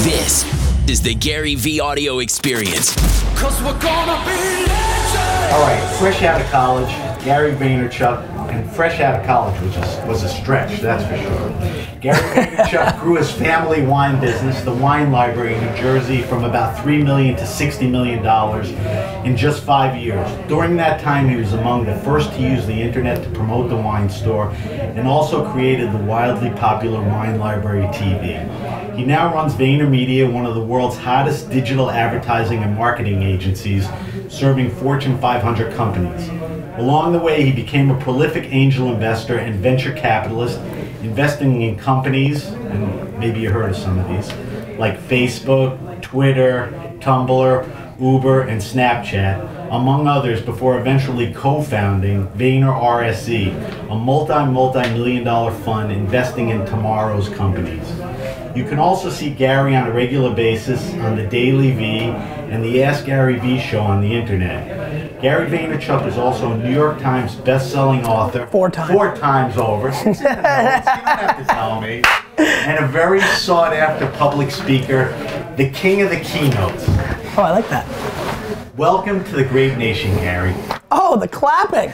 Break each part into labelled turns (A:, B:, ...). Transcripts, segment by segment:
A: This is the Gary V audio experience.
B: Cause we're gonna be legends.
C: All right, fresh out of college, Gary Vaynerchuk, and fresh out of college was a, was a stretch, that's for sure. Gary Vaynerchuk grew his family wine business, the Wine Library in New Jersey, from about three million to sixty million dollars in just five years. During that time, he was among the first to use the internet to promote the wine store, and also created the wildly popular Wine Library TV. He now runs VaynerMedia, one of the world's hottest digital advertising and marketing agencies, serving Fortune 500 companies. Along the way, he became a prolific angel investor and venture capitalist, investing in companies, and maybe you heard of some of these, like Facebook, Twitter, Tumblr, Uber, and Snapchat, among others, before eventually co founding Vayner RSE, a multi multi million dollar fund investing in tomorrow's companies. You can also see Gary on a regular basis on the Daily V and the Ask Gary V show on the internet. Gary Vaynerchuk is also a New York Times best-selling author.
D: Four times.
C: Four times over. you don't have to tell me. And a very sought-after public speaker, the king of the keynotes.
D: Oh, I like that.
C: Welcome to the great nation, Gary.
D: Oh, the clapping.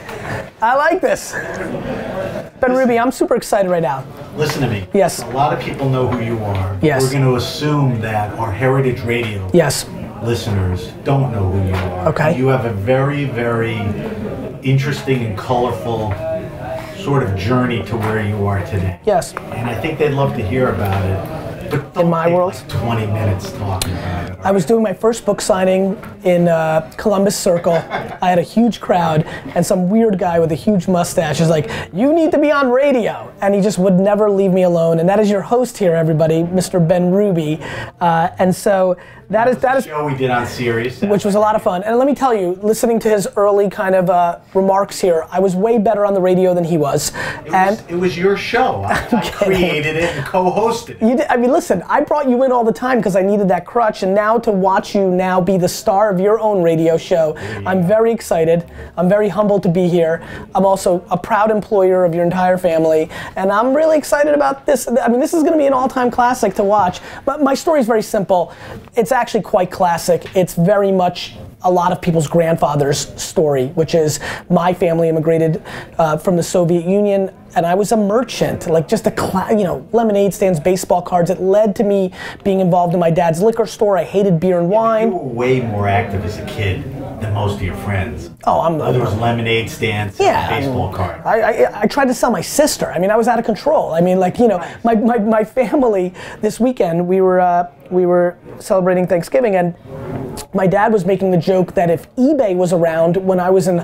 D: I like this. Ben Ruby, I'm super excited right now.
C: Listen to me.
D: Yes.
C: A lot of people know who you are.
D: Yes.
C: We're going to assume that our Heritage Radio
D: Yes.
C: listeners don't know who you are.
D: Okay.
C: You have a very, very interesting and colorful sort of journey to where you are today.
D: Yes.
C: And I think they'd love to hear about it. But don't
D: my
C: take,
D: world? Uh,
C: like, 20 minutes talking about it.
D: I was doing my first book signing in uh, Columbus Circle. I had a huge crowd, and some weird guy with a huge mustache is like, You need to be on radio. And he just would never leave me alone. And that is your host here, everybody, Mr. Ben Ruby. Uh, and so that is, that
C: The
D: is
C: show we did on Sirius.
D: which was a lot of fun. And let me tell you, listening to his early kind of uh, remarks here, I was way better on the radio than he was.
C: it
D: and
C: was, it was your show. I, I created it and co-hosted it.
D: you did, I mean, listen, I brought you in all the time because I needed that crutch, and now to watch you now be the star of your own radio show, I'm very excited. I'm very humbled to be here. I'm also a proud employer of your entire family, and I'm really excited about this. I mean, this is going to be an all-time classic to watch. But my story is very simple. It's actually quite classic. It's very much a lot of people's grandfather's story, which is my family immigrated uh, from the Soviet Union, and I was a merchant, like just a cla- you know lemonade stands, baseball cards. It led to me being involved in my dad's liquor store. I hated beer and
C: You
D: wine.
C: were way more active as a kid than most of your friends.
D: Oh, I'm
C: Whether it was lemonade stands,
D: Yeah, I
C: baseball
D: mean,
C: cards.
D: I, I, I tried to sell my sister. I mean, I was out of control. I mean, like you know, my, my, my family this weekend we were uh, we were celebrating Thanksgiving and my dad was making the joke that if eBay was around when I was in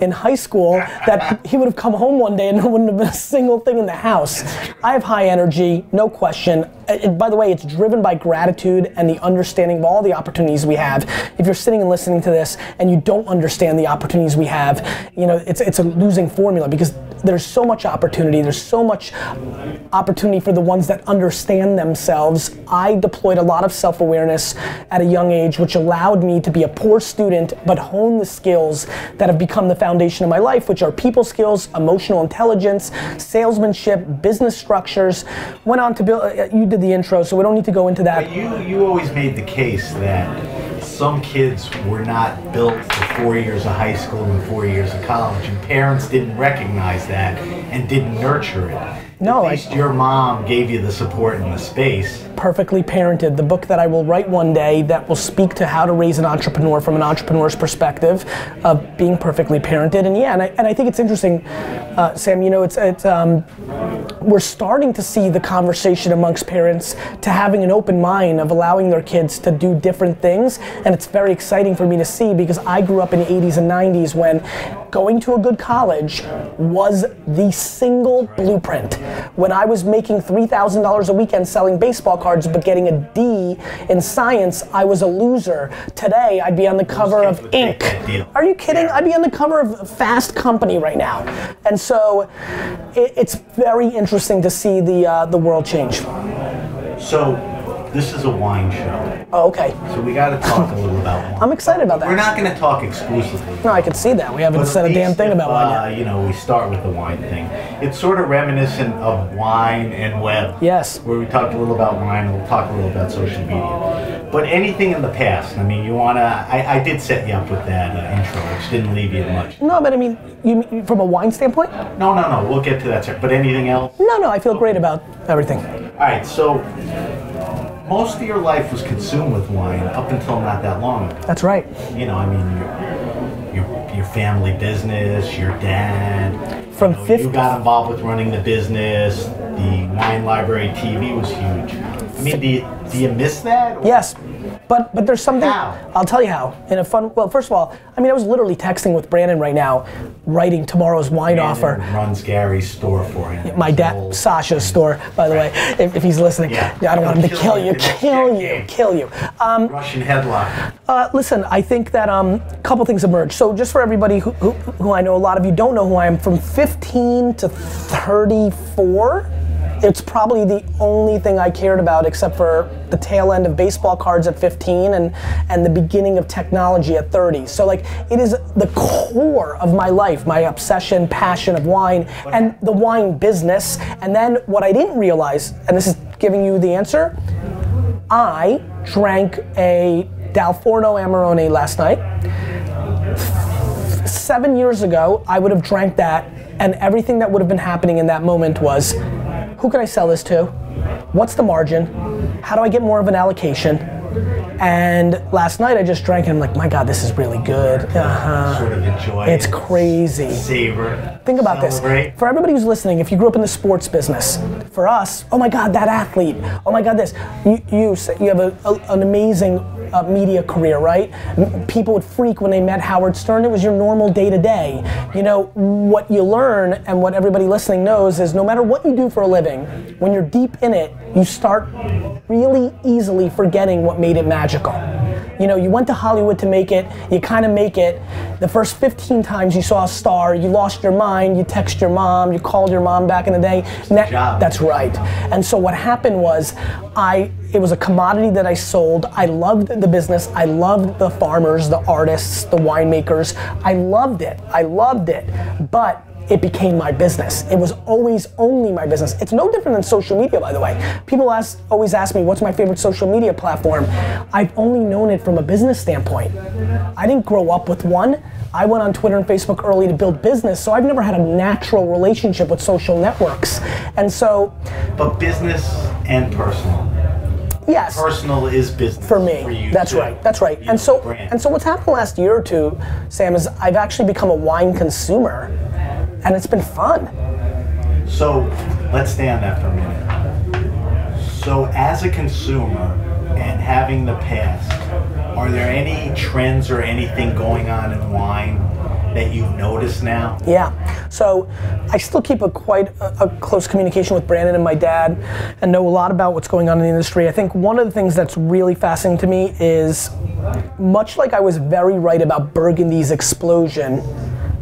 D: in high school, that he would have come home one day and there wouldn't have been a single thing in the house. I have high energy, no question. Uh, it- by the way, it's driven by gratitude and the understanding of all the opportunities we have. If you're sitting and listening to this and you don't understand the opportunities we have, you know it's it's a losing formula because there's so much opportunity. There's so much opportunity for the ones that understand themselves. I deployed a lot of self awareness at a young age, which allowed me to be a poor student but hone the skills that have become the foundation of my life, which are people skills, emotional intelligence, salesmanship, business structures. Went on to build, uh, you did the intro, so we don't need to go into that.
C: You you always made the case that some kids were not built for four years of high school and four years of college, and parents didn't recognize that and didn't nurture it.
D: No,
C: At
D: I-
C: least your mom gave you the support and the space.
D: Perfectly Parented, the book that I will write one day that will speak to how to raise an entrepreneur from an entrepreneur's perspective of being perfectly parented. And yeah, and I, and I think it's interesting, uh, Sam, you know, it's, it's um, we're starting to see the conversation amongst parents to having an open mind of allowing their kids to do different things. And it's very exciting for me to see because I grew up in the 80s and 90s when going to a good college was the single blueprint. When I was making $3,000 a weekend selling baseball cards but getting a D in science, I was a loser. Today, I'd be on the cover
C: kids
D: of
C: would take
D: Inc.
C: that deal?
D: Are you kidding?
C: Yeah.
D: I'd be on the cover of Fast Company right now. And so it, it's very interesting to see the, uh, the world change.
C: So This is a wine show,
D: Oh, okay.
C: so we got to talk a little about wine.
D: I'm excited about that.
C: We're not going to talk exclusively.
D: No, I can see that. We haven't
C: But
D: said a
C: at
D: damn
C: least
D: thing
C: if,
D: about wine yet.
C: uh, You know, we start with the wine thing. It's sort of reminiscent of wine and web.
D: Yes.
C: Where we talked a little about wine, we'll talk a little about social media. But anything in the past, I mean, you want to, I, I did set you up with that uh, intro, which didn't leave you much.
D: No, but I mean, you mean from a wine standpoint?
C: No, no, no, we'll get to that, sir. But anything else?
D: No, no, I feel great about everything.
C: All right, so most of your life was consumed with wine up until not that long ago.
D: That's right.
C: You know, I mean, your, your, your family business, your dad.
D: From
C: you, know,
D: 50
C: you got involved with running the business. The wine library TV was huge. I mean, do you, do you miss that? Or-
D: Yes, but but there's something.
C: How?
D: I'll tell you how. In a fun. Well, first of all, I mean, I was literally texting with Brandon right now, writing tomorrow's wine
C: Brandon
D: offer.
C: runs Gary's store for him.
D: my
C: His
D: dad
C: old-
D: Sasha's store, by the way, if, if he's listening.
C: Oh, Yeah.
D: I don't want him to
C: He'll
D: kill
C: kill you
D: you,
C: in the next
D: kill you,
C: decade.
D: kill you.
C: Russian headlock.
D: Uh, listen, I think that um, a couple things emerged. So just for everybody who, who, who I know, a lot of you don't know who I am, from 15 to 34, it's probably the only thing I cared about except for the tail end of baseball cards at 15 and, and the beginning of technology at 30. So like it is the core of my life, my obsession, passion of wine and the wine business. And then what I didn't realize, and this is giving you the answer, I drank a Dalforno Amarone last night. Seven years ago, I would have drank that, and everything that would have been happening in that moment was who can I sell this to? What's the margin? How do I get more of an allocation? And last night I just drank it. I'm like, my God, this is really good. Uh-huh.
C: Sort of enjoy.
D: It's
C: it,
D: crazy.
C: Savor.
D: Think about this.
C: Celebrate.
D: For everybody who's listening, if you grew up in the sports business, for us, oh my God, that athlete. Oh my God, this. You you, s- you have a, a- an amazing uh, media career, right? M- People would freak when they met Howard Stern. It was your normal day to day. You know what you learn, and what everybody listening knows is, no matter what you do for a living, when you're deep in it, you start really easily forgetting what made it magical. You know, you went to Hollywood to make it, you kind of make it. The first 15 times you saw a star, you lost your mind, you text your mom, you called your mom back in the day. Na-
C: job.
D: That's right. And so what happened was I it was a commodity that I sold. I loved the business. I loved the farmers, the artists, the winemakers. I loved it. I loved it. But it became my business. It was always only my business. It's no different than social media, by the way. People ask, always ask me, what's my favorite social media platform? I've only known it from a business standpoint. I didn't grow up with one. I went on Twitter and Facebook early to build business, so I've never had a natural relationship with social networks. And so,
C: But business and personal.
D: yes.
C: Personal is business.
D: for me.
C: you
D: that's
C: too.
D: right. That's right.
C: You
D: And so
C: brand.
D: and so what's happened the last year or two, Sam, is I've actually become a wine consumer, and it's been fun.
C: So let's stay on that for a minute. So, as a consumer and having the past, are there any trends or anything going on in wine that you've noticed now?
D: Yeah. So I still keep a quite a, a close communication with Brandon and my dad, and know a lot about what's going on in the industry. I think one of the things that's really fascinating to me is, much like I was very right about Burgundy's explosion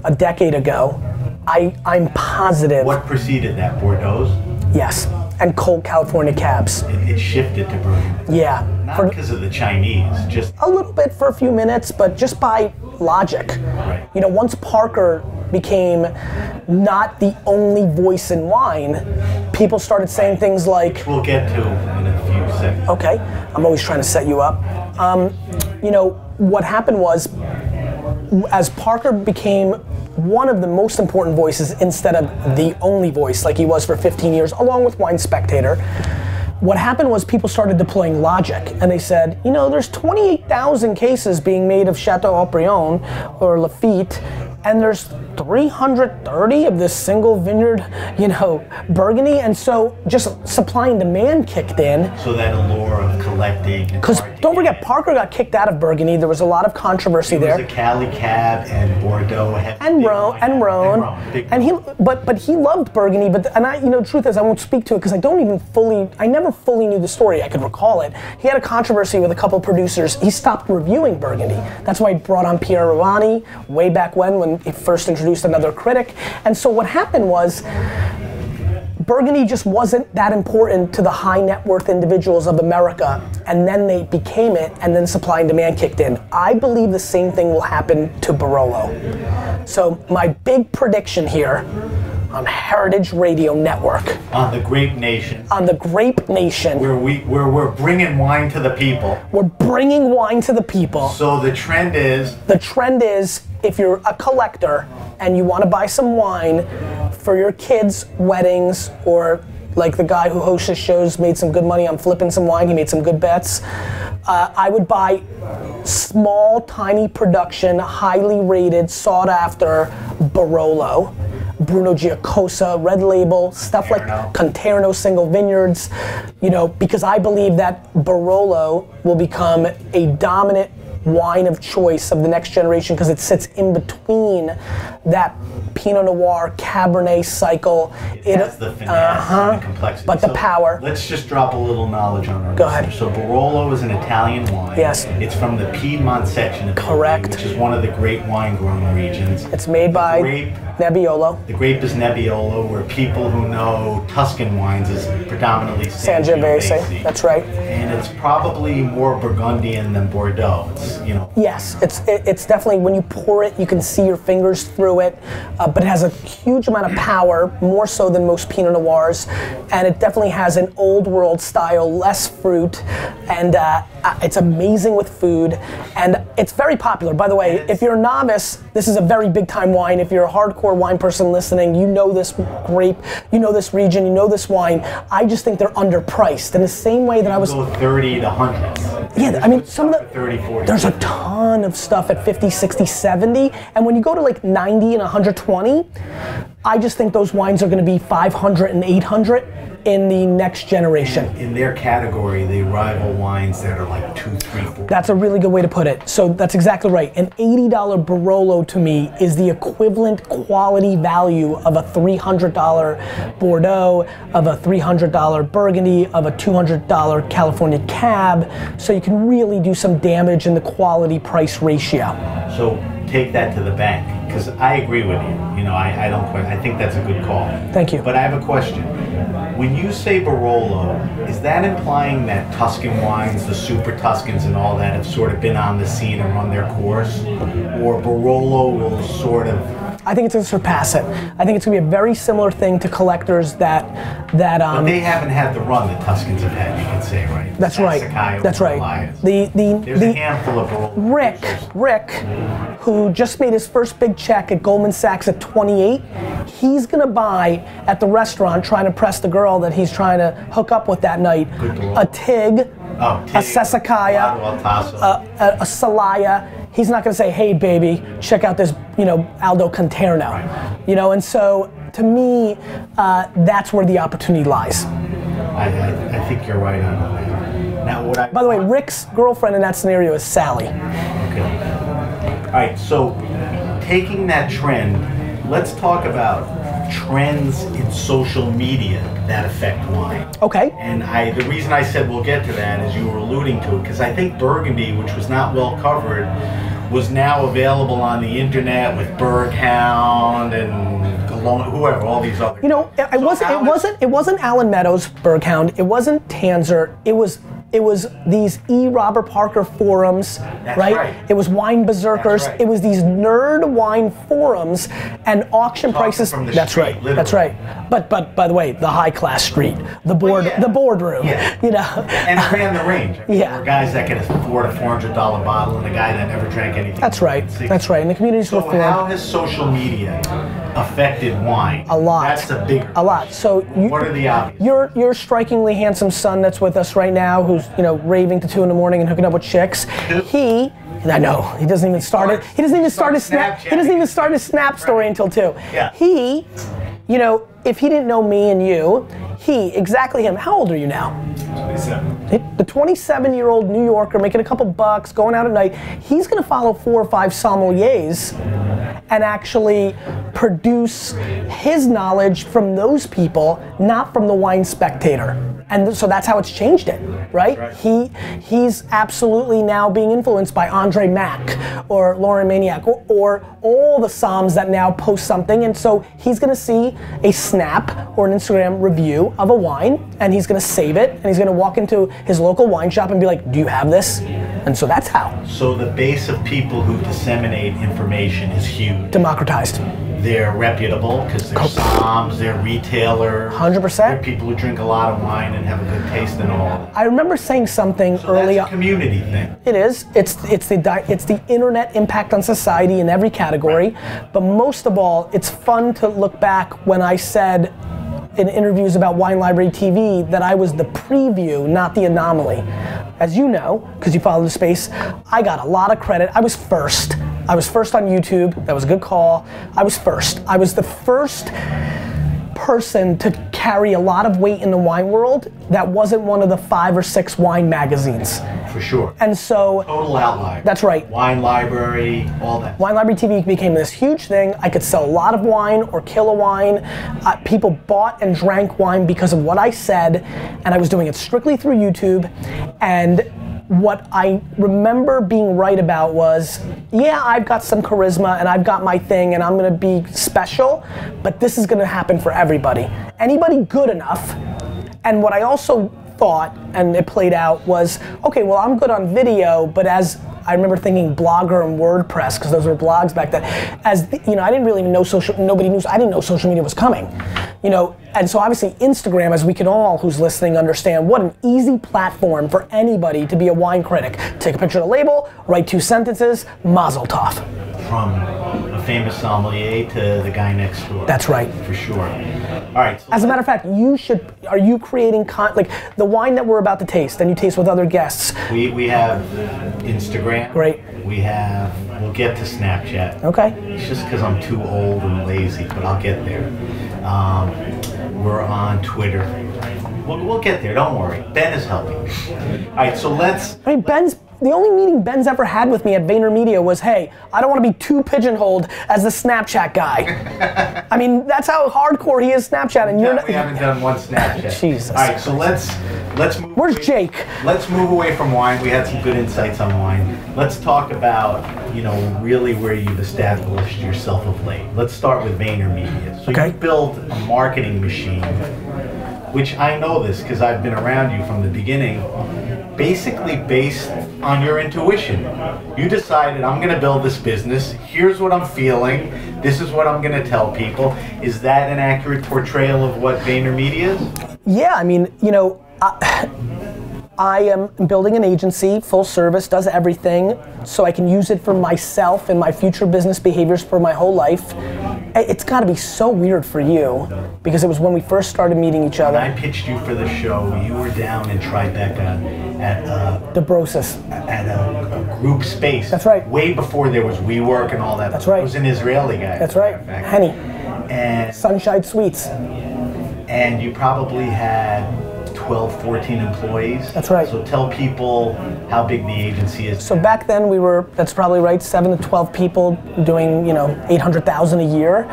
D: a decade ago, I I'm positive.
C: What preceded that? Bordeaux's?
D: Yes. And cold California cabs.
C: It, it shifted to Burgundy.
D: Yeah.
C: Not
D: For-
C: because of the Chinese, just
D: a little bit for a few minutes, but just by logic.
C: Right.
D: You know, once Parker became not the only voice in wine, people started saying things like,
C: we'll get to in a few seconds.
D: okay, I'm always trying to set you up. Um, you know, what happened was, as Parker became one of the most important voices instead of the only voice, like he was for 15 years, along with Wine Spectator, what happened was people started deploying logic and they said, you know, there's 28,000 cases being made of Chateau Aubryon or Lafitte, and there's 330 of this single vineyard, you know, Burgundy. And so just supply and demand kicked in.
C: So, that allure of collecting.
D: Because don't forget, Parker got kicked out of Burgundy. There was a lot of controversy
C: There's a
D: there.
C: Cali cab and Bordeaux. had
D: And
C: big
D: Roan,
C: wine-
D: and Roan,
C: big
D: and he,
C: wine.
D: but but he loved Burgundy. But and I, you know, the truth is, I won't speak to it because I don't even fully, I never fully knew the story. I could recall it. He had a controversy with a couple producers. He stopped reviewing Burgundy. That's why he brought on Pierre Rovani way back when, when he first introduced another critic. And so what happened was, Burgundy just wasn't that important to the high net worth individuals of America, and then they became it, and then supply and demand kicked in. I believe the same thing will happen to Barolo. So, my big prediction here on Heritage Radio Network,
C: on the grape nation,
D: on the Grape Nation,
C: where we where we're bringing wine to the people.
D: we're bringing wine to the people.
C: So the trend is
D: The trend is if you're a collector and you want to buy some wine for your kids' weddings or like the guy who hosts his shows made some good money on flipping some wine, he made some good bets. Uh, I would buy small, tiny production, highly rated, sought after Barolo, Bruno Giacosa, Red Label, stuff
C: Conterno.
D: like Conterno Single Vineyards, you know, because I believe that Barolo will become a dominant wine of choice of the next generation because it sits in between that Pinot Noir Cabernet cycle. It-
C: that's the finesse and the complexity.
D: uh-huh. But the
C: So
D: power.
C: Let's just drop a little knowledge on our
D: Go ahead.
C: listeners. So Barolo is an Italian wine.
D: Yes.
C: It's from the Piedmont section of Italy,
D: Correct.
C: which is one of the great wine growing regions.
D: it's made by
C: grape.
D: Nebbiolo.
C: The grape is Nebbiolo, where people who know Tuscan wines is predominantly
D: Sangiovese, that's right.
C: And it's probably more Burgundian than Bordeaux. It's, you know,
D: Yes, it's it, it's definitely when you pour it, you can see your fingers through it, uh, but it has a huge amount of power, more so than most Pinot Noirs, and it definitely has an old world style, less fruit, and uh, uh, it's amazing with food, and it's very popular. By the way, if you're a novice, this is a very big time wine. If you're a hardcore wine person listening, you know this grape, you know this region, you know this wine. I just think they're underpriced in the same way that I was.
C: go 30 to 100.
D: Yeah, I mean, some of the.
C: 30, 40.
D: There's a ton of stuff at 50, 60, 70. And when you go to like 90 and 120, I just think those wines are going to be 500 and 800 in the next generation.
C: in their category, they rival wines that are like two, three, four.
D: That's a really good way to put it. So that's exactly right. An $80 Barolo to me is the equivalent quality value of a $300 Bordeaux, of a $300 Burgundy, of a $200 California Cab. So you can really do some damage in the quality price ratio.
C: So take that to the bank because I agree with you. You know, I, I don't. quite- I think that's a good call.
D: Thank you.
C: But I have a question. When you say Barolo, is that implying that Tuscan wines, the Super Tuscans, and all that have sort of been on the scene and run their course, or Barolo will sort of?
D: I think it's going to surpass it. I think it's going to be a very similar thing to collectors that that um.
C: They haven't had the run that Tuscans have had. You can say, right?
D: that's right.
C: Sassicaia,
D: That's right.
C: Elias.
D: The the
C: There's a
D: the
C: handful of Barolo.
D: Rick Rick, who just made his first big check at Goldman Sachs at 28, he's going to buy at the restaurant trying to press the girl that he's trying to hook up with that night
C: girl.
D: a Tig,
C: Oh,
D: a Uh,
C: Tig,
D: Sassicaia,
C: Guado Altasso.
D: a, a Salaya, he's not gonna say, hey baby, check out this, you know, Aldo Conterno. You know, and so to me, uh, that's where the opportunity lies.
C: I, I, I think you're right on all that. Now, what I
D: By the way, Rick's girlfriend in that scenario is Sally.
C: Okay. All right, so taking that trend, let's talk about trends in social media that affect wine.
D: Okay.
C: And I, the reason I said we'll get to that is you were alluding to it, because I think Burgundy, which was not well covered, was now available on the internet with Berghound and Cologne, whoever, all these other.
D: You know, it, it wasn't it wasn't it wasn't Alan Meadows Berghound, it wasn't Tanzer, it was it was these E. Robert Parker forums,
C: right.
D: It was Wine Berserkers.
C: right.
D: It was these nerd wine forums and auction
C: Talking
D: prices.
C: from the
D: that's
C: street,
D: right.
C: literally.
D: That's right. But but by the way, the high class street, the board,
C: yeah.
D: the boardroom.
C: Yeah.
D: You know,
C: and it ran the range. I mean,
D: Yeah.
C: There were guys that could afford a $400 bottle and a guy that never drank anything.
D: that's right. That's right. And the communities
C: So
D: were formed.
C: how has social media affected wine?
D: A lot.
C: That's a big.
D: A lot. So you,
C: What are the obvious?
D: Your your strikingly handsome son that's with us right now, who's you know raving to two in the morning and hooking up with chicks. He. I know he doesn't even start it. He doesn't even start his snap. He doesn't even start his snap story until two.
C: Yeah.
D: He, you know, if he didn't know me and you, he exactly him. How old are you now? the 27 year old New Yorker making a couple bucks, going out at night, he's going to follow four or five sommeliers and actually produce his knowledge from those people, not from the wine spectator. and so that's how it's changed it, right?
C: That's
D: He he's absolutely now being influenced by Andre Mack or Lauren Maniac or, or all the Psalms that now post something, and so he's gonna see a snap or an Instagram review of a wine, and he's gonna save it, and he's gonna walk into his local wine shop and be like, "Do you have this?" And so that's how
C: So the base of people who disseminate information is huge.
D: democratized.
C: They're reputable because they're psalms, they're retailers.
D: 100%.
C: They're people who drink a lot of wine and have a good taste and all.
D: I remember saying something
C: So
D: early
C: that's a
D: on.
C: community thing.
D: It is. It's it's the di- it's the internet impact on society in every category, but most of all, it's fun to look back when I said in interviews about Wine Library TV that I was the preview, not the anomaly. As you know, because you follow the space, I got a lot of credit. I was first. I was first on YouTube. That was a good call. I was first. I was the first person to carry a lot of weight in the wine world that wasn't one of the five or six wine magazines.
C: For sure.
D: And so
C: Total outlier.
D: That's right.
C: Wine library, all that.
D: Wine Library TV became this huge thing. I could sell a lot of wine or kill a wine. Uh, people bought and drank wine because of what I said, and I was doing it strictly through YouTube. And what I remember being right about was yeah, I've got some charisma and I've got my thing and I'm gonna be special, but this is gonna happen for everybody. Anybody good enough and what I also thought, and it played out, was okay, well, I'm good on video, but as I remember thinking Blogger and WordPress, because those were blogs back then, as the, you know, I didn't really know social, nobody knew, I didn't know social media was coming. You know, and so obviously Instagram, as we can all who's listening understand, what an easy platform for anybody to be a wine critic. Take a picture of the label, write two sentences, mazel tov.
C: From a famous sommelier to the guy next door.
D: That's right.
C: For sure. All right. So
D: As a matter of fact, you should, are you creating, con- like the wine that we're about to taste and you taste with other guests,
C: we, we have Instagram.
D: Great.
C: We have, we'll get to Snapchat.
D: okay?
C: It's just because I'm too old and lazy, but I'll get there. Um, we're on Twitter. We'll, we'll get there. Don't worry. Ben is helping. All right, so let's.
D: I mean, Ben's the only meeting Ben's ever had with me at VaynerMedia was, "Hey, I don't want to be too pigeonholed as the Snapchat guy." I mean, that's how hardcore he is Snapchat, and you're
C: we haven't done one Snapchat.
D: Jesus.
C: All right, so let's let's move.
D: Where's
C: away-
D: Jake?
C: Let's move away from wine. We had some good insights on wine. Let's talk about you know really where you've established yourself of late. Let's start with VaynerMedia. So
D: Okay.
C: you built a marketing machine, which I know this because I've been around you from the beginning. Basically, based on your intuition, you decided I'm going to build this business. Here's what I'm feeling. This is what I'm going to tell people. Is that an accurate portrayal of what VaynerMedia is?
D: Yeah, I mean, you know, I, I am building an agency, full service, does everything, so I can use it for myself and my future business behaviors for my whole life. I- It's got to be so weird for you because it was when we first started meeting each
C: When
D: other.
C: I pitched you for the show, you were down in Tribeca at a,
D: The brosis.
C: at a, a group space.
D: That's right.
C: Way before there was WeWork and all that.
D: That's right.
C: It was an Israeli guy.
D: That's right.
C: in fact.
D: Henny,
C: And,
D: Sunshine Sweets.
C: and you probably had 12, 14 employees.
D: That's right.
C: So tell people how big the agency is.
D: So back then we were, that's probably right, seven to 12 people doing, you know, 800,000 a year.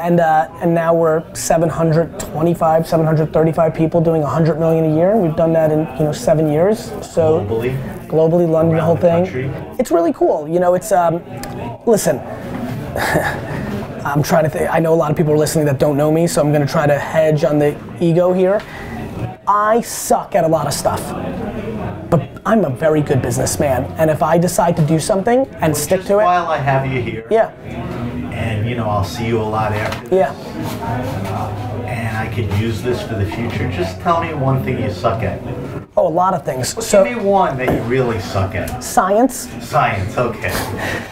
D: And, uh, and now we're 725, 735 people doing 100 million a year. We've done that in, you know, seven years. So
C: globally.
D: globally, London, the
C: Around
D: whole
C: the
D: thing.
C: country.
D: It's really cool. You know, it's, um, listen, I'm trying to think, I know a lot of people are listening that don't know me, so I'm gonna try to hedge on the ego here. I suck at a lot of stuff. But I'm a very good businessman, and if I decide to do something and stick
C: Just
D: to it,
C: while I have you here.
D: yeah,
C: And you know, I'll see you a lot after.
D: yeah.
C: And I could use this for the future. Just tell me one thing you suck at.
D: Oh, a lot of things.
C: Give
D: So
C: me one that you really suck at.
D: science,
C: Science, okay.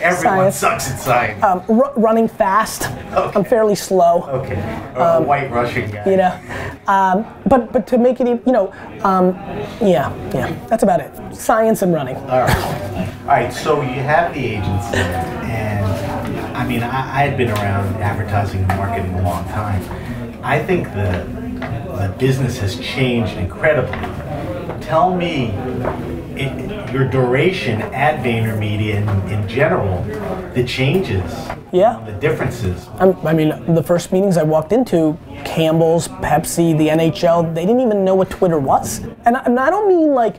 C: Everyone
D: Science.
C: sucks at science.
D: um, ru- running fast. I'm fairly slow.
C: okay. Or a white Russian guy.
D: Oh. Um, you know. Um, but but to make it, e- you know, um, yeah, yeah. That's about it. Science and running.
C: All right. All right, so you have the agency, and I mean, I, I had been around advertising and marketing a long time. I think the, the business has changed incredibly. Tell me it, your duration at VaynerMedia in, in general, the changes
D: Yeah.
C: The differences.
D: I'm, I mean, the first meetings I walked into, Campbell's, Pepsi, the NHL, they didn't even know what Twitter was. And I, and I don't mean like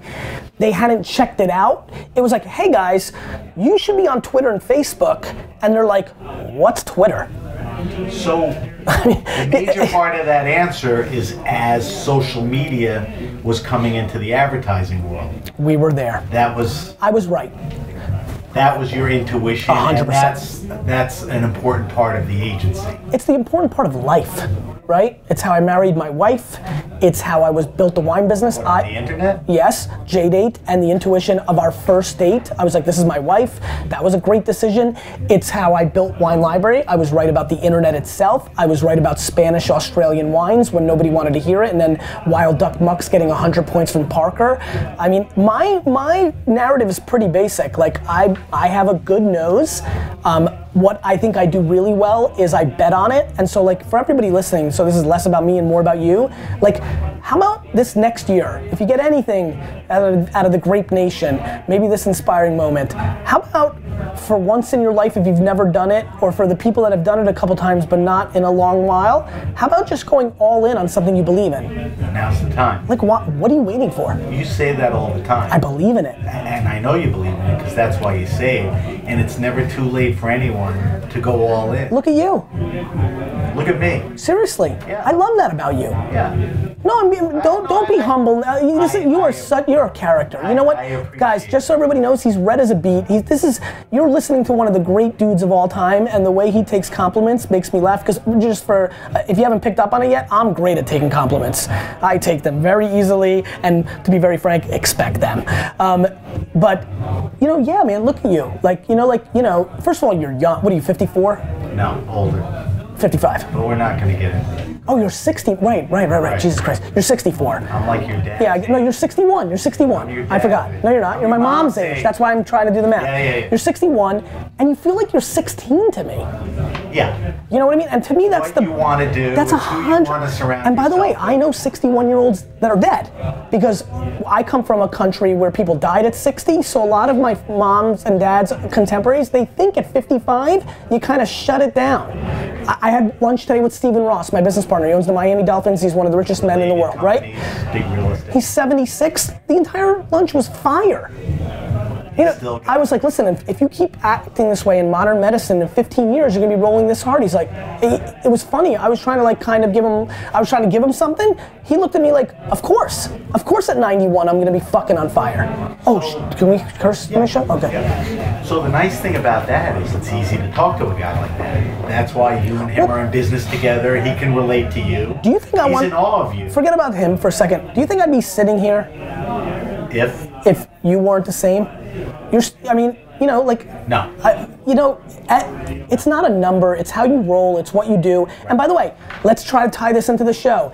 D: they hadn't checked it out. It was like, hey guys, you should be on Twitter and Facebook. And they're like, what's Twitter?
C: So the major part of that answer is as social media was coming into the advertising world.
D: We were there.
C: That was
D: I was right.
C: that was your intuition.
D: A hundred
C: and that's that's an important part of the agency.
D: It's the important part of life, right? It's how I married my wife. It's how I was built the wine business. I,
C: the internet?
D: Yes, J date and the intuition of our first date. I was like, this is my wife. That was a great decision. It's how I built Wine Library. I was right about the internet itself. I was right about Spanish Australian wines when nobody wanted to hear it, and then Wild Duck Mucks getting 100 points from Parker. I mean, my my narrative is pretty basic. Like I I have a good nose. Um, what I think I do really well is I bet on it. And so, like, for everybody listening, so this is less about me and more about you. Like, how about this next year? If you get anything out of, out of the grape nation, maybe this inspiring moment, how about for once in your life, if you've never done it, or for the people that have done it a couple times but not in a long while, how about just going all in on something you believe in?
C: Now's the time.
D: Like, what, what are you waiting for?
C: You say that all the time.
D: I believe in it.
C: and I know you believe in it because that's why you say it. And it's never too late for anyone to go all in.
D: Look at you.
C: Look at me.
D: Seriously.
C: Yeah.
D: I love that about you.
C: Yeah.
D: No, I mean, don't don't be humble. Uh, you, listen, you are such you're a character. You know what,
C: I appreciate
D: guys? Just so everybody knows, he's red as a beet. He's this is you're listening to one of the great dudes of all time, and the way he takes compliments makes me laugh. Because just for uh, if you haven't picked up on it yet, I'm great at taking compliments. I take them very easily, and to be very frank, expect them. Um, but you know, yeah, man, look at you. Like you know, like you know. First of all, you're young. What are you? 54,
C: No, older.
D: 55?
C: But we're not going to get into it.
D: Oh, you're 60. Right, right, right, right.
C: Right.
D: Jesus Christ, you're 64.
C: I'm like your dad.
D: Yeah, I- no, you're 61. You're 61.
C: your
D: I
C: dad's
D: forgot.
C: age.
D: No, you're not.
C: I'm
D: You're my
C: your
D: mom's,
C: mom's
D: age.
C: age.
D: That's why I'm trying to do the math.
C: Yeah, yeah, yeah.
D: You're 61, and you feel like you're 16 to me.
C: Yeah.
D: You know what I mean? And to me, that's
C: What
D: the
C: you wanna do,
D: That's a
C: who you
D: hundred.
C: wanna surround
D: and by the way,
C: yourself with.
D: I know 61 year olds that are dead because I come from a country where people died at 60. So a lot of my moms and dads, contemporaries, they think at 55 you kind of shut it down. I I had lunch today with Stephen Ross, my business partner. He owns the Miami Dolphins. He's one of the richest men in the world, right?
C: Companies, Big real estate.
D: He's 76. The entire lunch was fire. You know,
C: Still-
D: I was like, listen, if, if you keep acting this way in modern medicine in 15 years, you're gonna be rolling this hard. He's like, it, it was funny. I was trying to like kind of give him, I was trying to give him something. He looked at me like, of course, of course at 91 I'm gonna be fucking on fire. Oh, sh- can we curse on the show? Okay.
C: Yeah. So the nice thing about that is it's easy to talk to a guy like that. That's why you and him are in business together. He can relate to you.
D: Do you think I
C: He's
D: want-
C: in awe of you.
D: Forget about him for a second. Do you think I'd be sitting here
C: if
D: if you weren't the same? You're, s- I mean, you know, like
C: no,
D: I, you know, at, it's not a number, it's how you roll, it's what you do. And by the way, let's try to tie this into the show.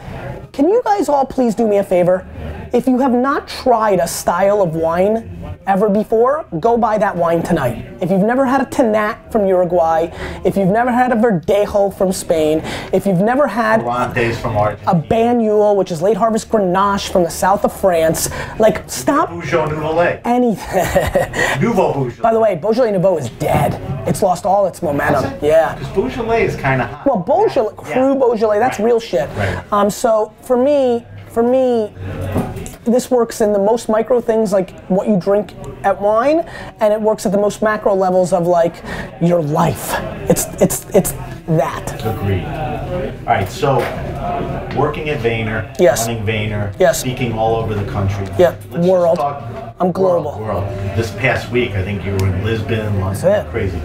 D: Can you guys all please do me a favor? If you have not tried a style of wine ever before, go buy that wine tonight. If you've never had a Tanat from Uruguay, if you've never had a Verdejo from Spain, if you've never had
C: Ferrante's from
D: a
C: Argentina.
D: Banyule, which is late harvest Grenache from the south of France, like stop
C: Bougeot Nouvelet.
D: anything.
C: Nouveau Bougeot.
D: By the way, Beaujolais Nouveau is dead. It's lost all its momentum. Yeah.
C: Because Beaujolais is kind of hot.
D: Well, Beaujolais, crew Beaujolais, that's real shit.
C: Right.
D: Um, so for me, for me, this works in the most micro things like what you drink at wine, and it works at the most macro levels of like your life. It's it's it's that.
C: Agreed. All right, so working at Vayner,
D: Yes.
C: running Vayner,
D: Yes.
C: speaking all over the country.
D: Yeah,
C: just
D: world.
C: talk-
D: I'm global.
C: World, world. This past week, I think you were in Lisbon, London,
D: That's it.
C: crazy.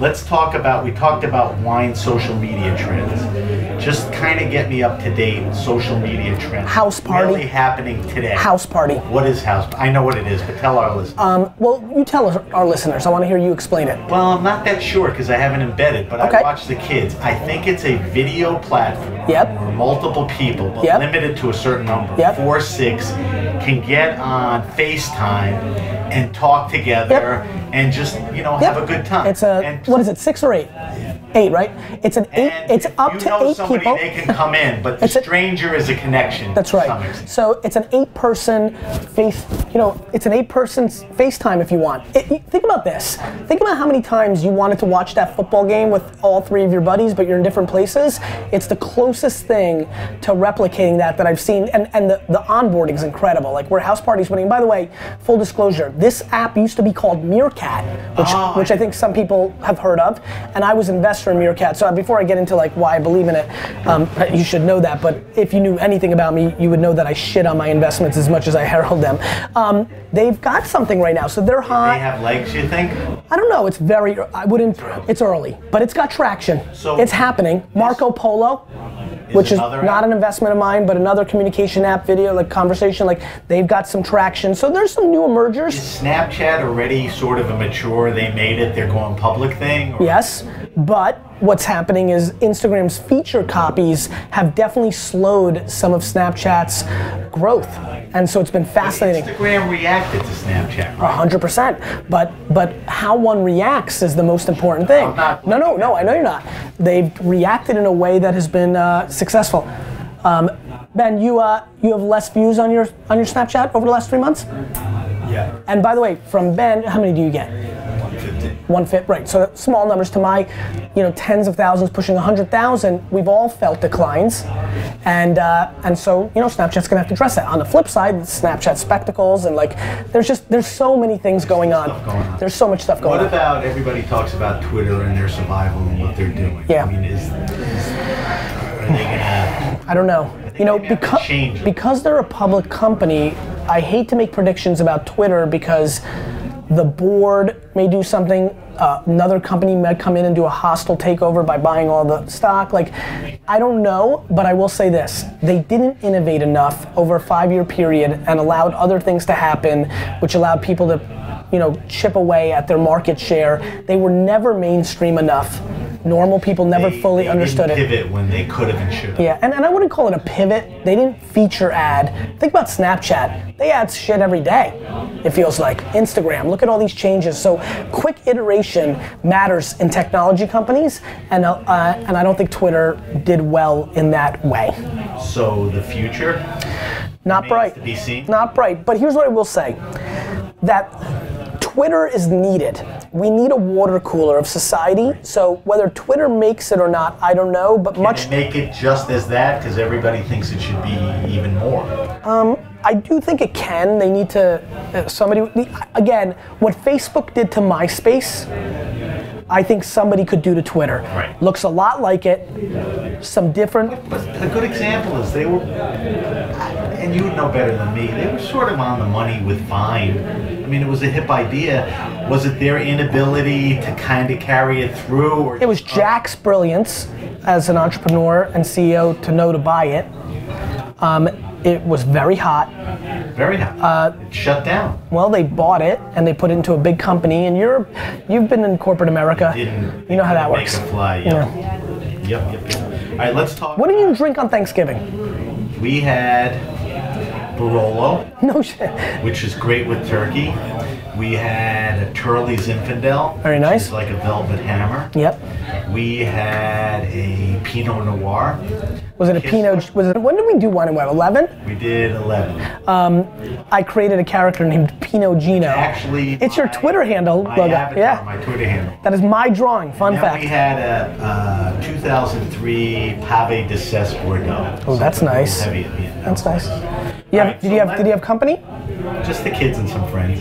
C: Let's talk about, we talked about wine social media trends. Just kind of get me up to date with social media trends.
D: House party.
C: Really happening today.
D: House party. Um,
C: What is house? I know what it is, but tell our listeners.
D: Well, you tell us- our listeners. I want to hear you explain it.
C: Well, I'm not that sure because I haven't embedded, but
D: Okay.
C: I watch the kids. I think it's a video platform
D: Yep.
C: where multiple people, but
D: Yep.
C: limited to a certain number,
D: Yep.
C: four, six, can get on FaceTime and talk together
D: Yep.
C: and just, you know, have a good time.
D: It's a
C: and
D: what is it? Six or eight? Eight, right? It's an eight.
C: And
D: it's
C: if
D: up
C: you
D: to
C: know
D: eight
C: somebody,
D: people.
C: They can come in, but the
D: It's a-
C: stranger is a connection.
D: That's
C: to some
D: right.
C: extent.
D: So it's an eight-person face. You know, it's an eight-person s- FaceTime if you want. It, you- think about this. Think about how many times you wanted to watch that football game with all three of your buddies, but you're in different places. It's the closest thing to replicating that that I've seen, and and the the onboarding is incredible. Like where house parties winning. By the way, full disclosure, this app used to be called Meerkat, which which I think some people have heard of, and I was an investor in Meerkat. So uh, before I get into like why I believe in it, um, you should know that. But if you knew anything about me, you would know that I shit on my investments as much as I herald them. Um, they've got something right now, so they're
C: They
D: hot.
C: have legs, you think?
D: I don't know. It's very. I wouldn't. It's early, but it's got traction.
C: So-
D: it's happening. Marco Polo, which is
C: another
D: not
C: app?
D: an investment of mine, but another communication app, video, like conversation. Like they've got some traction. So there's some new emergers.
C: Snapchat already sort of a mature, they made it, they're going public thing? Or
D: Yes, but what's happening is Instagram's feature copies have definitely slowed some of Snapchat's growth, and so it's been fascinating.
C: Instagram reacted to Snapchat, right?
D: 100%. But but how one reacts is the most important thing.
C: I'm not-
D: No, no, no. I know you're not. They've reacted in a way that has been uh, successful. Um, ben, you uh, you have less views on your on your Snapchat over the last three months.
C: Yeah.
D: And by the way, from Ben, how many do you get? one fit right so that small numbers to my you know tens of thousands pushing 100000 we've all felt declines and uh, and so you know snapchat's gonna have to address that on the flip side snapchat spectacles and like there's just there's so many things going on,
C: going on.
D: there's so much stuff going
C: What
D: on
C: about everybody talks about Twitter and their survival and what they're doing?
D: Yeah.
C: I mean, is, is are they gonna?
D: I don't know. You know,
C: they have to
D: because
C: change it.
D: because they're a public company, I hate to make predictions about Twitter because the board may do something. Uh, another company might come in and do a hostile takeover by buying all the stock. Like, I don't know, but I will say this: they didn't innovate enough over a five-year period and allowed other things to happen, which allowed people to, you know, chip away at their market share. They were never mainstream enough. Normal people never
C: They,
D: fully
C: they
D: understood
C: didn't
D: it.
C: Pivot when they could have and should have.
D: Yeah, and, and I wouldn't call it a pivot. They didn't feature ad. Think about Snapchat. They add shit every day, it feels like. Instagram, look at all these changes. So quick iteration matters in technology companies, and, uh, uh, and I don't think Twitter did well in that way.
C: So the future,
D: Not
C: Remains
D: bright.
C: to be seen.
D: Not bright. But here's what I will say that Twitter is needed. We need a water cooler of society. So whether Twitter makes it or not, I don't know, but
C: Can
D: much.
C: it make it just as that because everybody thinks it should be even more.
D: I do think it can. They need to, uh, somebody, again, what Facebook did to MySpace, I think somebody could do to Twitter.
C: Right.
D: Looks a lot like it, some different.
C: But a good example is they were, and you would know better than me, they were sort of on the money with Vine. I mean, it was a hip idea. Was it their inability to kind of carry it through? Or
D: It was Jack's brilliance as an entrepreneur and CEO to know to buy it. Um, it was very hot.
C: very high. Uh, it shut down.
D: Well, they bought it and they put it into a big company. And you're, you've been in corporate America.
C: Didn't
D: you know how that
C: make
D: works.
C: it fly. Yeah. Yep, yep, yep. All right, let's talk.
D: What did you drink on Thanksgiving?
C: we had Barolo,
D: No shit.
C: which is great with turkey. We had a Turley's Infidel.
D: Very
C: which
D: nice.
C: is like a velvet hammer.
D: Yep.
C: We had a Pinot Noir.
D: Was it a Pinot? Was it? When did we do one? What? Eleven?
C: We did 11.
D: I created a character named Pinot Gino.
C: Actually,
D: it's your
C: my-
D: Twitter handle.
C: My
D: logo.
C: avatar,
D: yeah,
C: my Twitter handle.
D: that is my drawing. Fun
C: Then we
D: fact.
C: had a, uh 2003 Pave de Cesse Bordeaux.
D: Oh, that's
C: Something a little
D: nice.
C: Heavy at the end.
D: That's nice. You have,
C: Alright,
D: did
C: so
D: you have
C: my-
D: Did you have company?
C: Just the kids and some friends.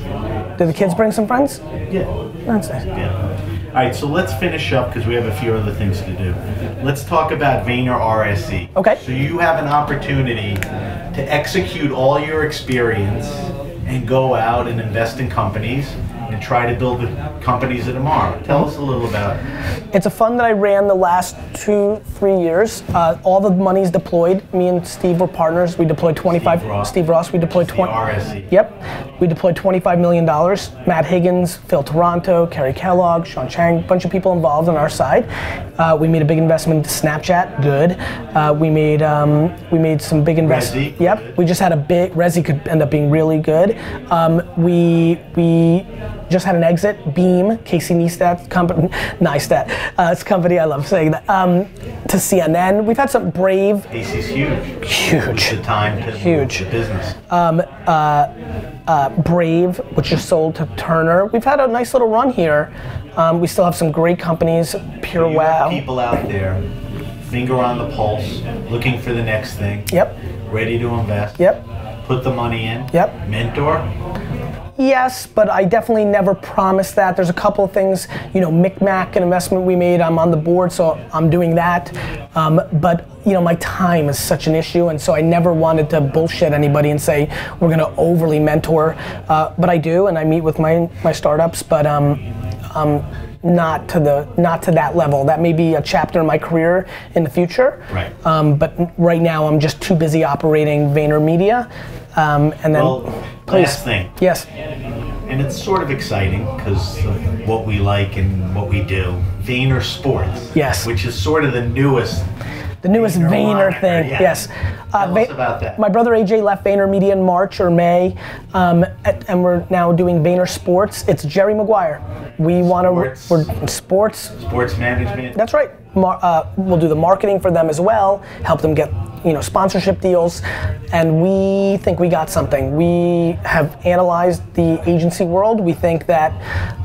D: Did the kids bring some friends?
C: Yeah.
D: That's nice.
C: Yeah. All right, so let's finish up because we have a few other things to do. Let's talk about Vayner RSE.
D: Okay.
C: So you have an opportunity to execute all your experience and go out and invest in companies and try to build the companies of tomorrow. Tell us a little about it.
D: It's a fund that I ran the last two, three years. Uh, all the money's deployed. Me and Steve were partners. We deployed 25.
C: Steve Ross.
D: we deployed 20.
C: RSE.
D: Yep. We deployed $25 million. Matt Higgins, Phil Toronto, Kerry Kellogg, Sean Chang, bunch of people involved on our side. Uh, we made a big investment into Snapchat. Good. Uh, we made um, we made some big investments.
C: Resy.
D: Yep. We just had a big. Resi could end up being really good. Um, we we just had an exit. Beam, Casey Neistat's company, Neistat, uh, it's a company I love saying that. Um, to CNN, we've had some brave.
C: Casey's huge.
D: Huge.
C: The time to
D: Huge. Oh,
C: the business.
D: Brave, which is sold to Turner. We've had a nice little run here. Um, we still have some great companies. Pure
C: You have
D: Wow.
C: people out there, finger on the pulse, looking for the next thing.
D: Yep.
C: Ready to invest.
D: Yep.
C: Put the money in.
D: Yep.
C: Mentor.
D: Yes, but I definitely never promised that. There's a couple of things, you know, Micmac, an investment we made. I'm on the board, so I'm doing that. Um, but you know, my time is such an issue, and so I never wanted to bullshit anybody and say we're going to overly mentor. Uh, but I do, and I meet with my my startups, but um, um, not to the not to that level. That may be a chapter in my career in the future.
C: Right.
D: Um, but right now, I'm just too busy operating VaynerMedia, um, and then.
C: Well,
D: please.
C: last thing.
D: Yes.
C: and it's sort of exciting because of what we like and what we do. Vayner Sports.
D: Yes.
C: Which is sort of the newest.
D: The newest
C: Vayner
D: Vayner,
C: moniker,
D: thing.
C: yeah.
D: Yes. Uh,
C: Tell us about that.
D: My brother AJ left Vayner Media in March or May, um, at- and we're now doing Vayner Sports. It's Jerry Maguire. We want
C: Sports.
D: to. We're sports.
C: Sports management.
D: That's right. Mar- uh, we'll do the marketing for them as well. Help them get you know sponsorship deals, and we think we got something. We have analyzed the agency world. We think that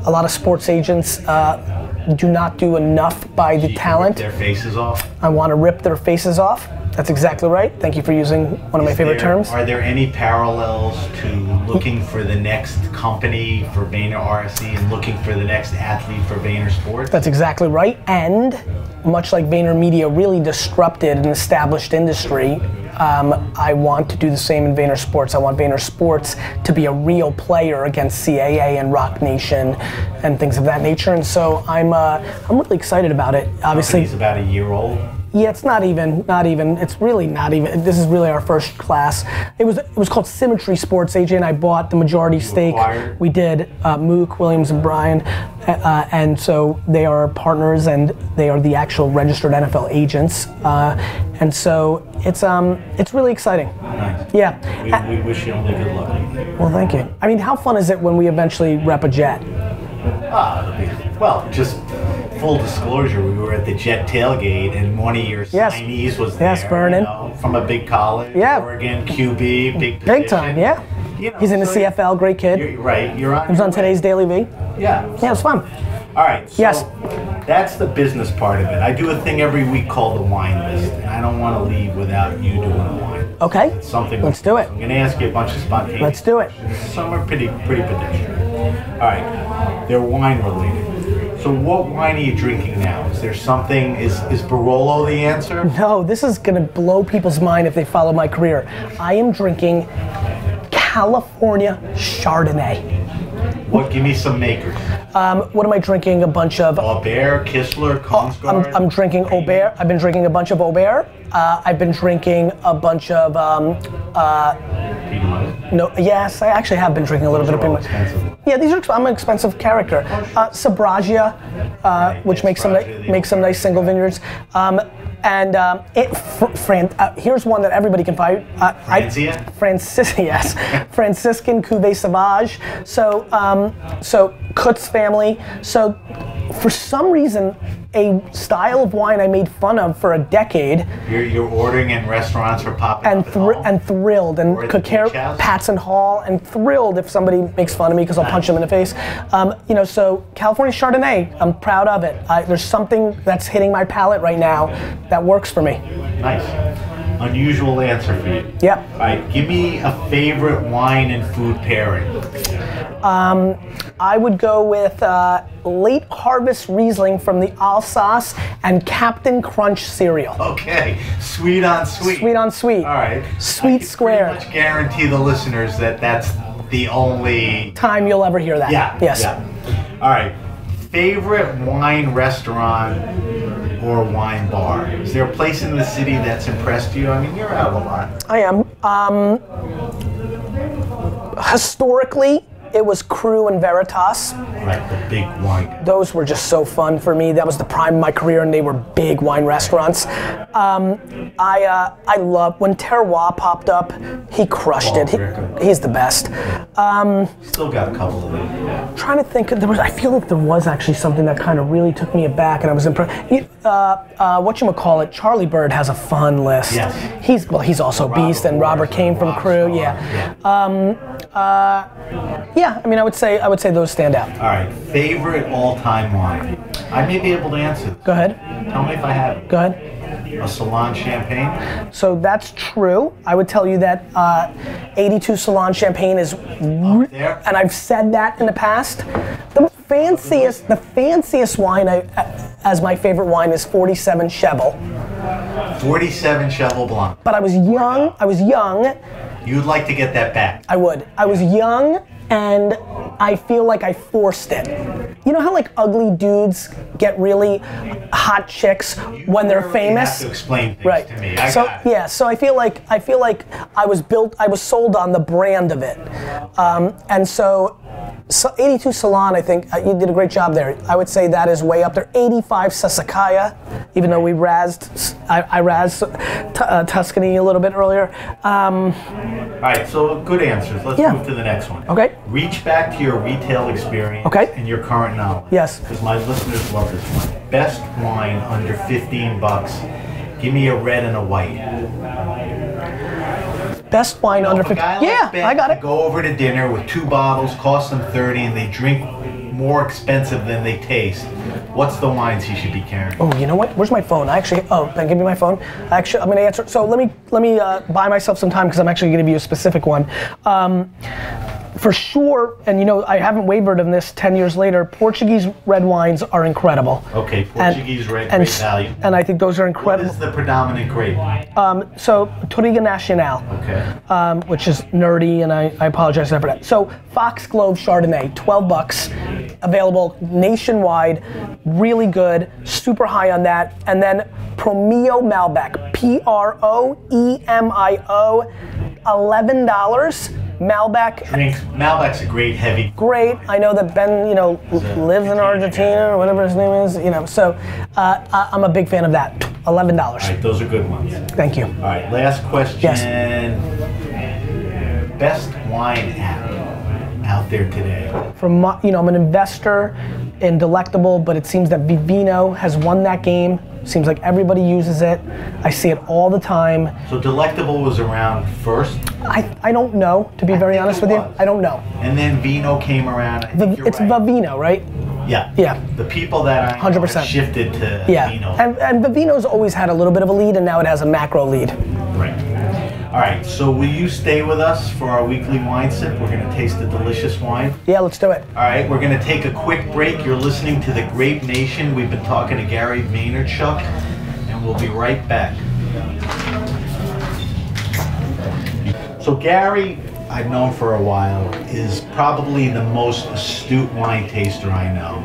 D: a lot of sports agents. Uh, do not do enough by the talent.
C: Their faces off.
D: I want to rip their faces off. That's exactly right. Thank you for using one of my
C: Is
D: favorite
C: there-
D: terms.
C: Are there any parallels to looking for the next company for Vayner RSC and looking for the next athlete for Vayner Sports?
D: That's exactly right. And much like VaynerMedia really disrupted an established industry, um, I want to do the same in Vayner Sports. I want Vayner Sports to be a real player against CAA and Rock Nation and things of that nature. And so I'm uh, I'm really excited about it. Obviously,
C: He's about a year old.
D: Yeah, it's not even, not even. It's really not even. This is really our first class. It was it was called Symmetry Sports. AJ and I bought the majority stake.
C: acquired?
D: We did uh, Mook, Williams, and Bryan, uh, and so they are partners and they are the actual registered NFL agents. Uh, and so it's um it's really exciting.
C: Nice.
D: Yeah.
C: We, we wish you only good luck.
D: Well, thank you. I mean, how fun is it when we eventually rep a jet?
C: Ah, it'll be- well, just full disclosure, we were at the Jet tailgate, and one of your
D: Yes.
C: signees was
D: Yes,
C: there,
D: Vernon.
C: you know, from a big college,
D: Yeah.
C: Oregon QB, big
D: Big
C: position.
D: time, yeah.
C: You know,
D: He's in the
C: so
D: CFL. Great kid.
C: You're, right, you're on.
D: He was on today's Daily V.
C: Yeah.
D: Yeah, it was fun.
C: All right. So
D: Yes.
C: That's the business part of it. I do a thing every week called the wine list, and I don't want to leave without you doing a wine. list.
D: Okay.
C: It's something.
D: Oh. Let's do it.
C: I'm going to ask you a bunch of spontaneous.
D: Let's do it.
C: Some are pretty pretty pedestrian. All right, they're wine related. So what wine are you drinking now? Is there something? Is is Barolo the answer?
D: No, this is gonna blow people's mind if they follow my career. I am drinking California Chardonnay. Um,
C: What? Give me some makers.
D: What am I drinking? A bunch of.
C: Aubert, Kistler,
D: Oh, I'm,
C: Kongsgaard.
D: I'm drinking Aubert. I've been drinking a bunch of Aubert. Uh, I've been drinking a bunch of. Um,
C: Pinot.
D: no, yes, I actually have been drinking a little bit of
C: They're all
D: Pinot.
C: expensive.
D: Yeah, these are. exp- I'm an expensive character. Uh, Sabragia, uh, which makes some
C: Sabragia, the
D: makes some nice single vineyards. Um, and um, it, fr- Fran, uh, here's one that everybody can buy. Uh, I,
C: Francia?
D: Francis, yes, Franciscan Cuvée Sauvage. So, um, so Kutz family. So, for some reason, a style of wine I made fun of for a decade
C: You're you're ordering in restaurants or popping
D: and
C: up at
D: thr-
C: home?
D: and thrilled and
C: Or at the
D: could care
C: beach house.
D: Patson Hall and thrilled if somebody makes fun of me because I'll punch them in the face. Um, you know, so California Chardonnay, I'm proud of it. I, there's something that's hitting my palate right now that works for me.
C: Nice. Unusual answer for you.
D: Yep.
C: All right, give me a favorite wine and food pairing.
D: I would go with uh, late harvest Riesling from the Alsace and Captain Crunch cereal.
C: Okay, sweet on sweet.
D: Sweet on sweet.
C: All right.
D: Sweet
C: I can
D: square.
C: Pretty much guarantee the listeners that that's the only.
D: Time you'll ever hear that.
C: Yeah.
D: Yes.
C: yeah. All right. Favorite wine restaurant or wine bar? Is there a place in the city that's impressed you? I mean, you're out a lot.
D: I am. Um, historically, it was Crew and Veritas.
C: Right, the big wine guy.
D: Those were just so fun for me. That was the prime of my career, and they were big wine restaurants. Um, I uh, I love when Terroir popped up. He crushed
C: Oh,
D: it.
C: Rico.
D: He, he's the best.
C: Still got a couple of them. Yeah.
D: trying to think. There was. I feel like there was actually something that kind of really took me aback, and I was impressed. You- Uh, uh, what you call it? Charlie Bird has a fun list.
C: Yes.
D: He's well. He's also a beast, and
C: Robert Morris,
D: Robert came from
C: rock
D: Crew.
C: star,
D: Yeah. Uh, Yeah. I mean, I would say I would say those stand out.
C: All right, favorite all-time wine. I may be able to answer.
D: Go ahead.
C: Tell me if I have it.
D: Go ahead.
C: a Salon Champagne.
D: So that's true. I would tell you that uh, 82 Salon Champagne is, re-
C: there.
D: and I've said that in the past. The fanciest, the fanciest wine I, as my favorite wine is 47 Chevel.
C: 47 Cheval Blanc.
D: But I was young. I was young.
C: You'd like to get that back.
D: I would. I was young, and I feel like I forced it. You know how like ugly dudes get really hot chicks when they're
C: Really
D: famous.
C: Have to explain things
D: right.
C: to me. I
D: so
C: got it.
D: yeah, so I feel like I feel like I was built, I was sold on the brand of it, um, and so, so 82 Salon, I think uh, you did a great job there. I would say that is way up there. 85 Sasakaya, even though we razzed, I, I razzed Tu- uh, Tuscany a little bit earlier. Um,
C: All right, so good answers. Let's
D: Yeah.
C: move to the next one.
D: Okay.
C: Reach back to your retail experience
D: Okay.
C: and your current knowledge.
D: Yes.
C: Because my listeners love this one. Best wine under 15 bucks. Give me a red and a white.
D: best wine under
C: If a
D: 50.
C: guy like
D: Yeah,
C: Ben
D: I got
C: could
D: it.
C: Go over to dinner with two bottles, cost them 30, and they drink more expensive than they taste. What's the wines he should be carrying?
D: Oh, you know what? Where's my phone? I actually. Oh, Ben, give me my phone. I actually, I'm gonna answer. So let me let me uh, buy myself some time because I'm actually gonna give you a specific one. Um, for sure, and you know I haven't wavered on this. Ten years later, Portuguese red wines are incredible.
C: Okay,
D: And-
C: Portuguese red,
D: and,
C: great
D: s-
C: value.
D: And I think those are
C: What
D: incredible.
C: is the predominant grape?
D: Um, so Toriga Nacional.
C: Okay.
D: um, which is nerdy, and I, I apologize for that. So Foxglove Chardonnay, 12 bucks, available nationwide, really good, super high on that. And then Promio Malbec, E P-R-O-E-M-I-O, $11. Malbec,
C: Drinks. Malbec's a great heavy.
D: great. I know that Ben, you know, lives in Argentina or whatever his name is, you know. So uh, I, I'm a big fan of that.
C: All
D: $11.
C: right, those are good ones.
D: Thank you.
C: All right, last question. Best wine app out there today.
D: from my, you know, I'm an investor in Delectable, but it seems that Vivino has won that game. Seems like everybody uses it. I see it all the time.
C: So Delectable was around first,
D: I, I don't know, to be very
C: think
D: honest
C: it
D: with you.
C: was.
D: I don't know.
C: and then Vino came around. I think
D: The-
C: you're
D: it's
C: right.
D: Vivino, right?
C: Yeah.
D: Yeah.
C: The people that I know
D: 100%.
C: have shifted to
D: Yeah.
C: Vino.
D: And, and Vivino's always had a little bit of a lead, and now it has a macro lead.
C: right. All right. So will you stay with us for our weekly wine sip? We're going to taste the delicious wine.
D: Yeah, let's do it.
C: All right. We're going to take a quick break. You're listening to the Grape Nation. We've been talking to Gary Vaynerchuk, and we'll be right back. So Gary, I've known for a while, is probably the most astute wine taster I know.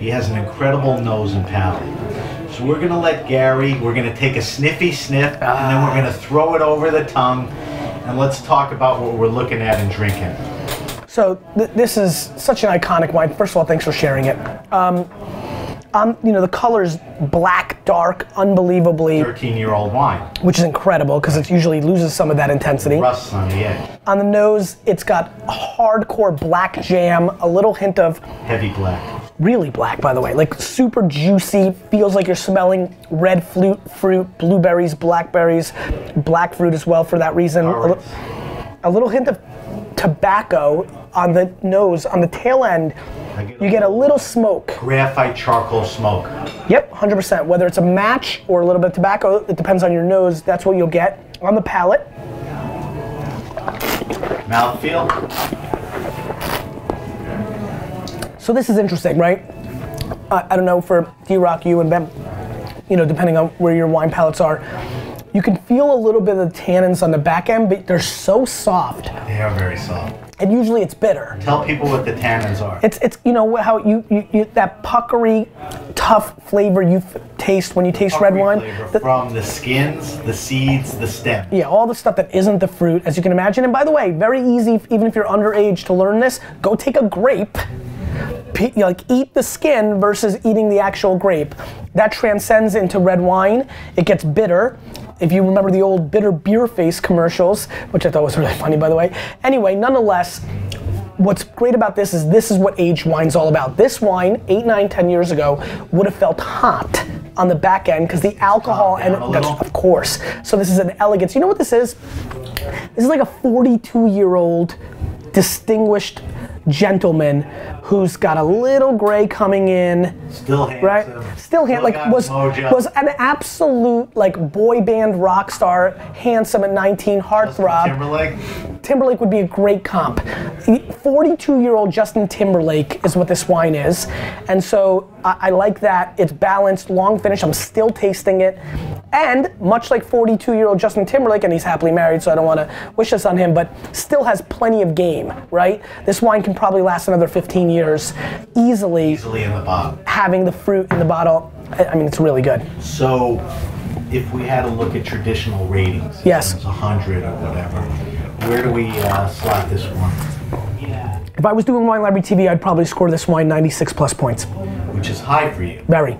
C: He has an incredible nose and palate. So we're gonna let Gary, we're gonna take a sniffy sniff, and then we're gonna throw it over the tongue, and let's talk about what we're looking at and drinking.
D: So th- this is such an iconic wine. First of all, thanks for sharing it. Um, um, you know, the color's black, dark, unbelievably,
C: 13-year-old wine,
D: which is incredible because it usually loses some of that intensity.
C: rusts on the edge,
D: On the nose, it's got hardcore black jam, a little hint of
C: heavy black.
D: really black, by the way, like super juicy. Feels like you're smelling red flute, fruit, blueberries, blackberries, black fruit as well for that reason. A, li-
C: Alright.
D: a little hint of tobacco on the nose, on the tail end. You get a little smoke.
C: Graphite charcoal smoke.
D: Yep, 100%. Whether it's a match or a little bit of tobacco, it depends on your nose. That's what you'll get on the palate.
C: Mouthfeel.
D: So this is interesting, right? I, I don't know for D Rock, you and Ben, you know, depending on where your wine palates are, you can feel a little bit of the tannins on the back end, but they're so soft.
C: They are very soft.
D: and usually it's bitter.
C: Tell people what the tannins are.
D: It's it's you know how you, you, you that puckery, tough flavor you f- taste when you taste red
C: Puckery
D: wine.
C: flavor
D: The-
C: from the skins, the seeds, the stem.
D: yeah, all the stuff that isn't the fruit, as you can imagine. And by the way, very easy, even if you're underage, to learn this. Go take a grape, pe- like eat the skin versus eating the actual grape. That transcends into red wine. It gets bitter. If you remember the old bitter beer face commercials, which I thought was really funny, by the way. Anyway, nonetheless, what's great about this is this is what aged wine's all about. This wine, eight, nine, ten years ago, would have felt hot on the back end because the alcohol and
C: down a
D: that's,
C: little.
D: of course. So this is an elegance. You know what this is? This is like a 42 year old distinguished gentleman who's got a little gray coming in
C: Still handsome.
D: right? Still hand like
C: got
D: was
C: mojo.
D: was an absolute like boy band rock star, handsome at 19,
C: Justin
D: heartthrob.
C: Timberlake.
D: Timberlake would be a great comp. 42 year old Justin Timberlake is what this wine is. And so I, I like that. It's balanced, long finish. I'm still tasting it. And much like 42 year old Justin Timberlake, and he's happily married, so I don't want to wish this on him, but still has plenty of game, right? This wine can probably last another 15 years easily,
C: Easily in the bottom.
D: having the fruit in the bottle. I I mean, it's really good.
C: So, if we had to look at traditional ratings, if
D: Yes.
C: it was 100 or whatever, where do we uh, slot this one?
D: If I was doing Wine Library TV, I'd probably score this wine 96 plus points.
C: Which is high for you.
D: Very.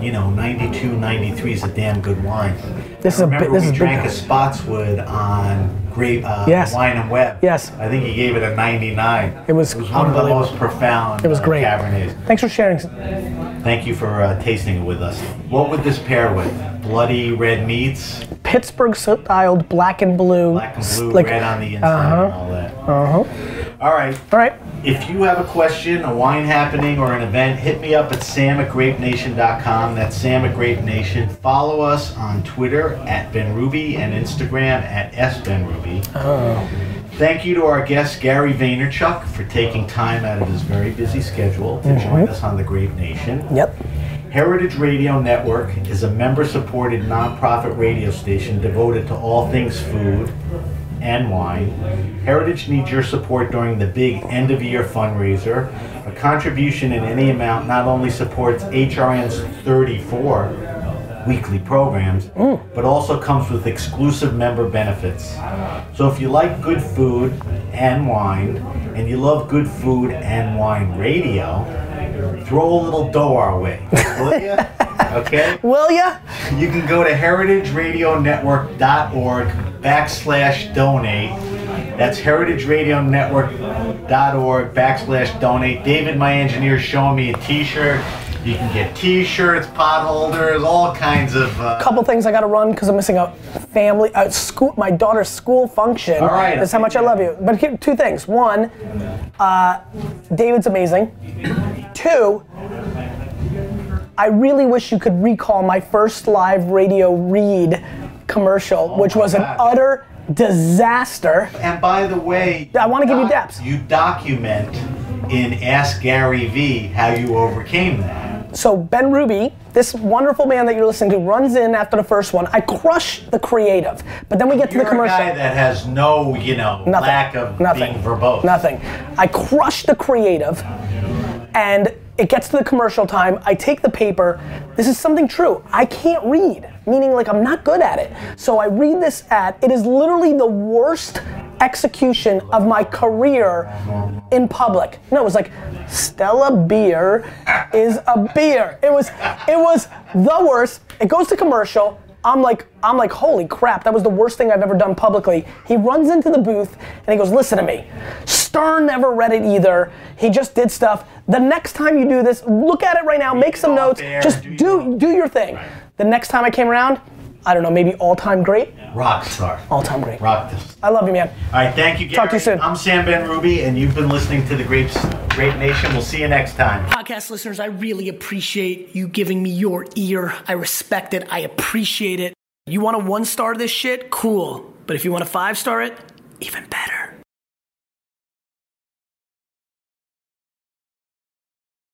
C: You know, 92, 93 is a damn good wine.
D: This is
C: I
D: a bi-
C: remember
D: this
C: we
D: is big
C: drank
D: time.
C: a Spotswood on great uh,
D: Yes.
C: wine and web.
D: Yes.
C: I think he gave it a 99.
D: It was
C: it was one of the
D: unbelievable.
C: most profound.
D: It was
C: uh,
D: great.
C: Cabernets.
D: Thanks for sharing.
C: Thank you for uh, tasting it with us. What would this pair with? Bloody red meats,
D: Pittsburgh styled black and blue.
C: black and blue,
D: like-
C: red on the inside, and all that.
D: Uh-huh.
C: All right.
D: All right.
C: If you have a question, a wine happening, or an event, hit me up at sam at grapenation.com. That's sam at grapenation. Follow us on Twitter at benruby and Instagram at sbenruby. Oh. Thank you to our guest, Gary Vaynerchuk, for taking time out of his very busy schedule to join us on the Grape Nation.
D: Yep.
C: Heritage Radio Network is a member supported nonprofit radio station devoted to all things food and wine. Heritage needs your support during the big end of year fundraiser. A contribution in any amount not only supports HRN's 34 weekly programs, but also comes with exclusive member benefits. So if you like good food and wine, and you love good food and wine radio, throw a little dough our way, will you? Okay?
D: Will ya?
C: You can go to heritageradionetwork.org backslash donate. That's heritageradionetwork.org backslash donate. David, my engineer, is showing me a t-shirt. You can get t-shirts, pot holders, all kinds of... Uh,
D: Couple things I gotta run because I'm missing a family, a school, my daughter's school function.
C: All right.
D: That's how much I love you. But here, two things. One, uh, David's amazing. Two, I really wish you could recall my first live radio read commercial, which
C: Oh, my
D: was an
C: God.
D: utter disaster.
C: And by the way,
D: I wanna give you depth.
C: You document in Ask Gary V how you overcame that.
D: So Ben Ruby, this wonderful man that you're listening to, runs in after the first one. I crush the creative, but then we get to
C: You're
D: the
C: a
D: commercial.
C: guy that has no, you know,
D: Nothing.
C: lack of
D: Nothing.
C: being verbose.
D: Nothing. I crush the creative, and it gets to the commercial time. I take the paper. This is something true. I can't read, meaning like I'm not good at it. So I read this ad. It is literally the worst execution of my career in public. No, it was like Stella beer is a beer. It was it was the worst. It goes to commercial. I'm like, I'm like, holy crap, that was the worst thing I've ever done publicly. He runs into the booth and he goes, listen to me. Stern never read it either. He just did stuff. The next time you do this, look at it right now, make some
C: it off
D: notes,
C: air,
D: just
C: do your
D: do
C: own.
D: do your thing. The next time I came around, I don't know, maybe all time great,
C: Rock star.
D: all time great.
C: Rock this.
D: I love you, man.
C: All right, thank you, Gary.
D: Talk to you soon.
C: I'm Sam Ben Ruby, and you've been listening to the Grapes Grape Nation. We'll see you next time.
E: podcast listeners, I really appreciate you giving me your ear. I respect it. I appreciate it. You want to one star this shit? Cool. But if you want to five star it, even better.